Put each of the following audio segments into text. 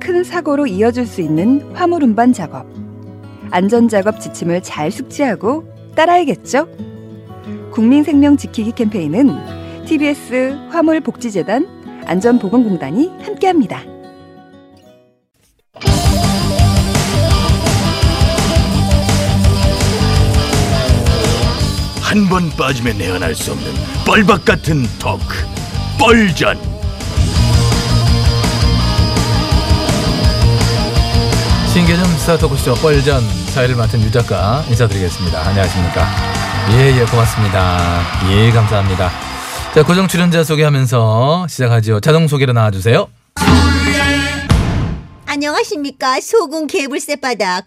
큰 사고로 이어질 수 있는 화물 운반 작업. 안전 작업 지침을 잘 숙지하고 따라야겠죠. 국민 생명 지키기 캠페인은 TBS 화물 복지재단 안전보건공단이 함께합니다. 한 번 빠지면 내안할 수 없는 뻘박 같은 토크 뻘전 신개념 스타 토크쇼 뻘전 사회를 맡은 유 작가 인사드리겠습니다. 안녕하십니까. 예, 예, 고맙습니다. 예, 감사합니다. 자, 고정 출연자 소개하면서 시작하지요. 자동 소개로 나와주세요. 안녕하십니까 소금 개불새 바닥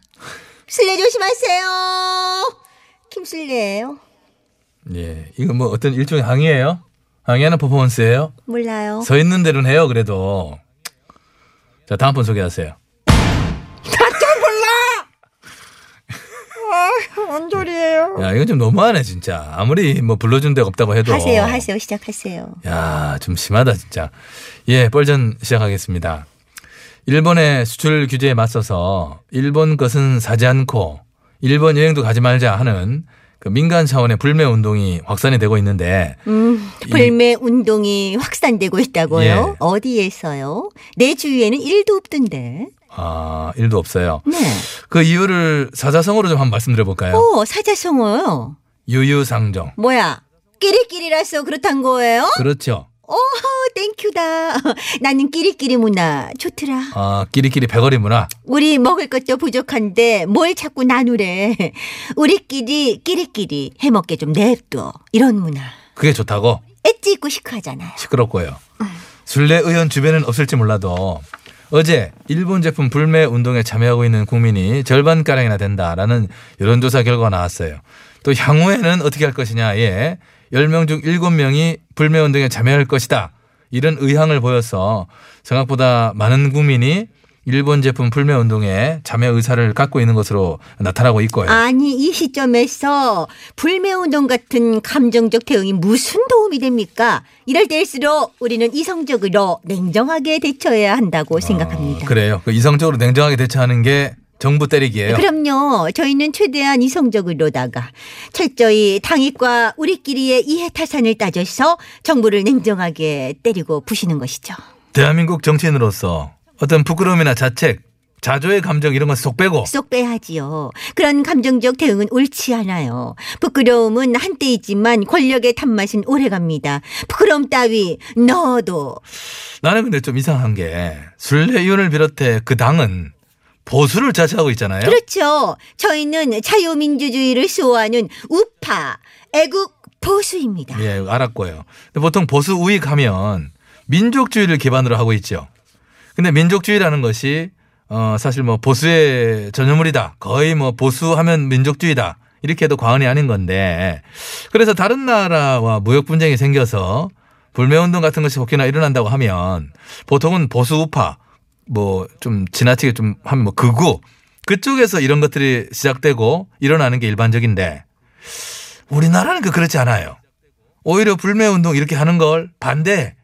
술래 조심하세요 김술래예요 예, 이거 뭐 어떤 일종의 항의예요? 항의하는 퍼포먼스예요? 몰라요 서 있는 대로는 해요, 그래도. 자, 다음 분 소개하세요. 아, 뭔 소리예요 야, 이건 좀 너무하네, 진짜. 아무리 뭐 불러준 데가 없다고 해도. 하세요 하세요 시작하세요 야, 좀 심하다 진짜. 예, 뻘전 시작하겠습니다. 일본의 수출 규제에 맞서서 일본 것은 사지 않고 일본 여행도 가지 말자 하는 그 민간 차원의 불매 운동이 확산이 되고 있는데 음, 이- 불매 운동이 확산되고 있다고요 예. 어디에서요 내 주위에는 일도 없던데 아, 일도 없어요. 네. 그 이유를 사자성어로 좀 한번 말씀드려 볼까요? 오 어, 사자성어요 유유상종. 뭐야 끼리끼리라서 그렇단 거예요 그렇죠. 오 땡큐다 나는 끼리끼리 문화 좋더라 아, 끼리끼리 배거리 문화. 우리 먹을 것도 부족한데 뭘 자꾸 나누래. 우리끼리 끼리끼리 해먹게 좀 냅둬. 이런 문화. 그게 좋다고. 엣지 있고 시크하잖아요. 시끄럽고요. 순례 의원 주변은 없을지 몰라도 어제 일본 제품 불매 운동에 참여하고 있는 국민이 절반가량이나 된다라는 여론조사 결과가 나왔어요. 또 향후에는 어떻게 할 것이냐에 10명 중 7명이 불매 운동에 참여할 것이다. 이런 의향을 보여서 생각보다 많은 국민이 일본 제품 불매 운동에 참여 의사를 갖고 있는 것으로 나타나고 있고요. 아니 이 시점에서 불매운동 같은 감정적 대응이 무슨 도움이 됩니까? 이럴 때일수록 우리는 이성적으로 냉정하게 대처해야 한다고 생각합니다. 어, 그래요. 그 이성적으로 냉정하게 대처하는 게 정부 때리기예요. 그럼요. 저희는 최대한 이성적으로다가 철저히 당익과 우리끼리의 이해타산을 따져서 정부를 냉정하게 때리고 부시는 것이죠. 대한민국 정치인으로서 어떤 부끄러움이나 자책, 자조의 감정 이런 건 쏙 빼고 쏙 빼야지요. 그런 감정적 대응은 옳지 않아요. 부끄러움은 한때이지만 권력의 단맛은 오래갑니다. 부끄러움 따위 넣어도 나는 근데 좀 이상한 게 순례위원을 비롯해 그 당은 보수를 자처하고 있잖아요. 그렇죠. 저희는 자유민주주의를 수호하는 우파 애국 보수입니다. 예, 알았고요. 근데 보통 보수 우익 하면 민족주의를 기반으로 하고 있죠. 근데 민족주의라는 것이 어 사실 뭐 보수의 전유물이다. 거의 뭐 보수하면 민족주의다. 이렇게 해도 과언이 아닌 건데. 그래서 다른 나라와 무역 분쟁이 생겨서 불매 운동 같은 것이 혹여나 일어난다고 하면 보통은 보수 우파 뭐 좀 지나치게 좀 하면 뭐 극우 그쪽에서 이런 것들이 시작되고 일어나는 게 일반적인데 우리나라는 그 그렇지 않아요. 오히려 불매 운동 이렇게 하는 걸 반대.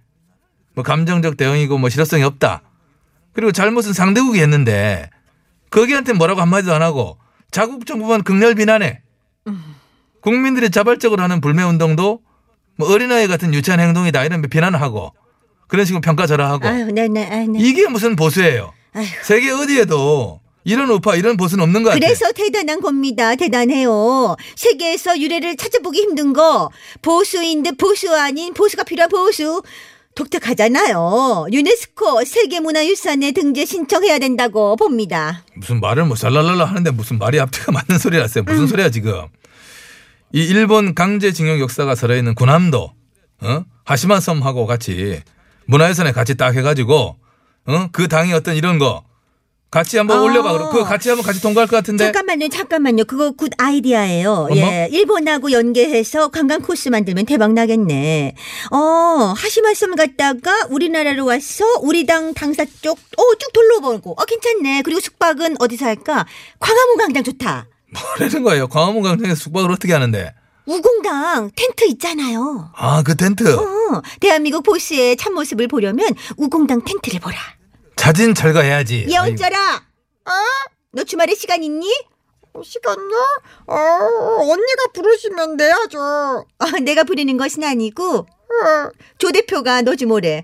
뭐 감정적 대응이고 뭐 실효성이 없다. 그리고 잘못은 상대국이 했는데 거기한테 뭐라고 한마디도 안 하고 자국 정부만 극렬 비난해. 국민들이 자발적으로 하는 불매 운동도 뭐 어린아이 같은 유치한 행동이다 이런 뭐 비난하고 그런 식으로 평가절하하고 아유, 네, 네, 아, 네. 이게 무슨 보수예요? 아휴. 세계 어디에도 이런 우파 이런 보수는 없는 것 같아요. 네. 그래서 대단한 겁니다. 대단해요. 세계에서 유래를 찾아보기 힘든 거 보수인데 보수 아닌 보수가 필요한 보수 독특하잖아요. 유네스코 세계문화유산에 등재 신청해야 된다고 봅니다. 무슨 말을 뭐 살랄랄라 하는데 무슨 말이 앞뒤가 맞는 소리를 하세요. 무슨 음. 소리야 지금. 이 일본 강제징용 역사가 살아있는 군함도 어? 하시마섬하고 같이 문화유산에 같이 딱 해가지고 어? 그 당이 어떤 이런 거 같이 한번 아. 올려봐. 그럼 그거 같이 하면 같이 통과할 것 같은데 잠깐만요, 잠깐만요. 그거 굿 아이디어예요. 네. 어머. 예, 일본하고 연계해서 관광 코스 만들면 대박 나겠네. 어, 하시마섬 갔다가 우리나라로 와서 우리 당 당사 쪽, 어, 쭉 둘러보고, 어, 괜찮네. 그리고 숙박은 어디서 할까? 광화문 광장 좋다. 그러는 거예요. 광화문 광장에서 숙박을 어떻게 하는데? 우공당 텐트 있잖아요. 아 그 텐트 어, 대한민국 보스의 참모습을 보려면 우공당 텐트를 보라. 자진 철거해야지. 예언절아 어? 너 주말에 시간 있니? 시간요? 어, 언니가 부르시면 내야죠. 어, 내가 부리는 것은 아니고 어, 조 대표가 너 좀 오래.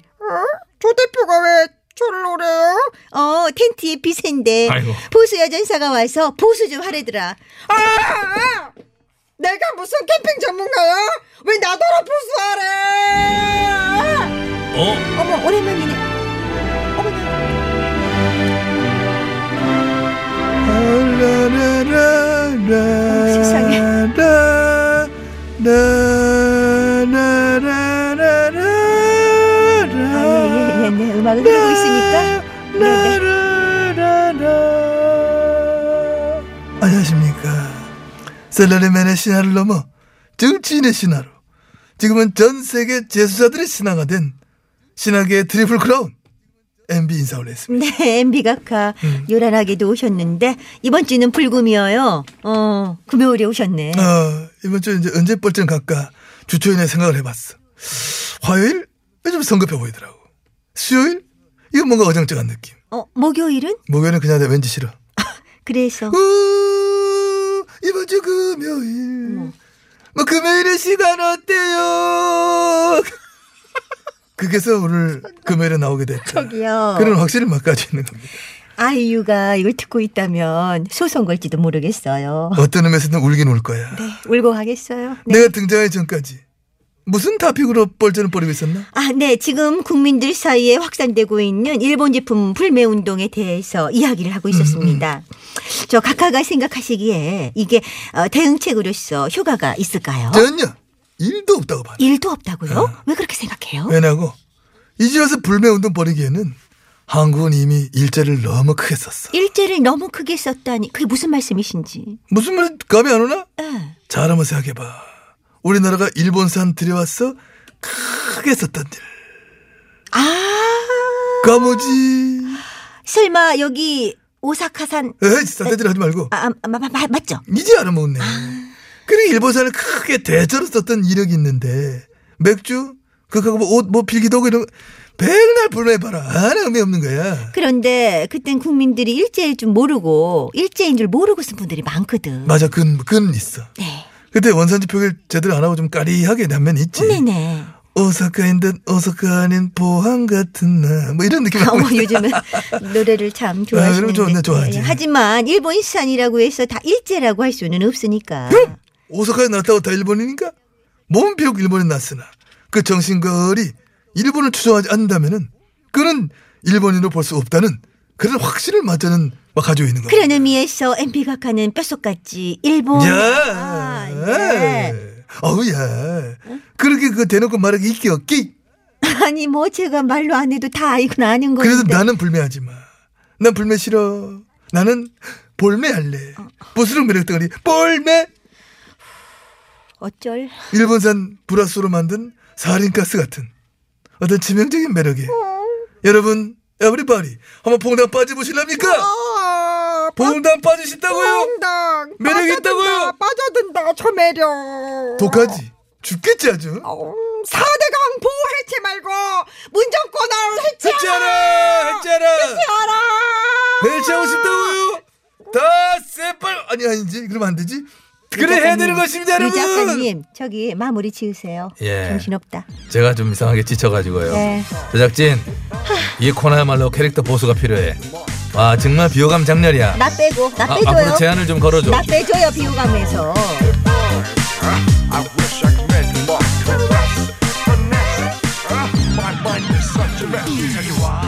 조 대표가 왜 저를 오래요? 어 텐트에 비센데 아이고. 보수 여전사가 와서 보수 좀 하래더라. 아! 내가 무슨 캠핑 전문가야? 왜 나더러 불수하래? 어? 어머 오랜만이네. 어머나. 세상에. 아, 세상에. 예, 아예예예 네, 음악을 흐르고 있으니까. 네, 네. 안녕하십니까. 셀러리맨의 신화를 넘어 정치인의 신화로 지금은 전 세계 재수자들의 신화가 된 신화계의 트리플 크라운 MB 인사 올렸습니다. 네, MB가카 요란하게도 오셨는데 이번 주는 불금이어요. 어, 금요일에 오셨네. 어, 이번 주에 이제 언제 뻘쯤 갈까 주초인의 생각을 해봤어. 화요일? 좀 성급해 보이더라고. 수요일? 이건 뭔가 어정쩡한 느낌. 어, 목요일은? 목요일은 그냥 내가 왠지 싫어. 그래서 우, 어, 이번 주 금요일. 뭐 금요일의 시간 어때요? 그래서 오늘 금요일에 나오게 됐다. 저기요. 그런 확신을 막 가지고 있는 겁니다. 아이유가 이걸 듣고 있다면 소송 걸지도 모르겠어요. 어떤 의미에서든 울긴 울 거야. 네, 울고 가겠어요. 네. 내가 등장하기 전까지 무슨 다픽으로 뻘쭘을 벌이고 있었나? 아, 네. 지금 국민들 사이에 확산되고 있는 일본 제품 불매 운동에 대해서 이야기를 하고 있었습니다. 저 각하가 생각하시기에 이게 어, 대응책으로서 효과가 있을까요? 전혀 일도 없다고 봐. 일도 없다고요? 왜 그렇게 생각해요? 왜냐고 이제 와서 불매운동 벌이기에는 한국은 이미 일제를 너무 크게 썼어 일제를 너무 크게 썼다니 그게 무슨 말씀이신지. 무슨 말 감이 안 오나? 예. 잘 한번 생각해봐 우리나라가 일본산 들여와서 크게 썼던 일 아, 까무지 설마 여기 오사카산 에이 사대질 하지 말고 아, 아, 마- 마- 마- 맞죠? 이제 알아먹네 그리고 일본산을 크게 대저로 썼던 이력이 있는데 맥주 그거 뭐 옷 뭐 필기도구 이런 거 백날 불매해봐라 하나 의미 없는 거야 그런데 그땐 국민들이 일제일 줄 모르고 일제인 줄 모르고 쓴 분들이 많거든. 맞아 근, 근 있어 네. 그때 원산지 표기를 제대로 안 하고 좀 까리하게 난 면이 있지. 네네. 오사카인 듯 오사카 아닌 포항 같은 나. 뭐 이런 느낌. 어머 요즘은 노래를 참 좋아하시는데. 그럼 좋네, 좋아하지. 예, 하지만 일본 시산이라고 해서 다 일제라고 할 수는 없으니까. 네. 오사카에 났다고 다 일본인인가? 몸 비록 일본에 났으나 그 정신거리 일본을 추종하지 않는다면은 그는 일본인으로 볼 수 없다는 그런 확신을 맞자는 막 가지고 있는 거야. 그런 의미에서 MP 각하는 뼛속같이 일본. 야. 아, 네. 예. 어우야. 그렇게 그 대놓고 말하기 있기 없기. 아니 뭐 제가 말로 안 해도 다 알고는 아는 건데. 그래서 나는 불매하지 마. 난 불매 싫어. 나는 볼매할래. 보스룩 매력 덩어리 볼매. 어쩔. 일본산 브라스로 만든 사린가스 같은 어떤 치명적인 매력이 여러분 에브리바디 한번 퐁당 빠져보실랍니까? 아, 그러니까 보험단 빠지신다고요? 엉당 매력 있다고요? 빠져든다 저 매력 독하지? 죽겠지 아주. 음, 4대강 보호 해체 말고 문정권을 해체하라 해체하라! 해체하라! 해체하라 해체하고 싶다고요? 다 새빨 아니 아니지 그러면 안 되지? 그래 해야 되는 것입니다 이 여러분. 작가님 저기 마무리 지으세요. 예. 정신없다. 제가 좀 이상하게 지쳐가지고요. 네. 제작진 이 코너야말로 캐릭터 보수가 필요해. 와 정말 비호감 장렬이야. 나 빼고 나 아, 빼줘요. 앞으로 제안을 좀 걸어줘. 나 빼줘요 비호감에서. finesse. Uh, my mind is such a mess. Tell you why.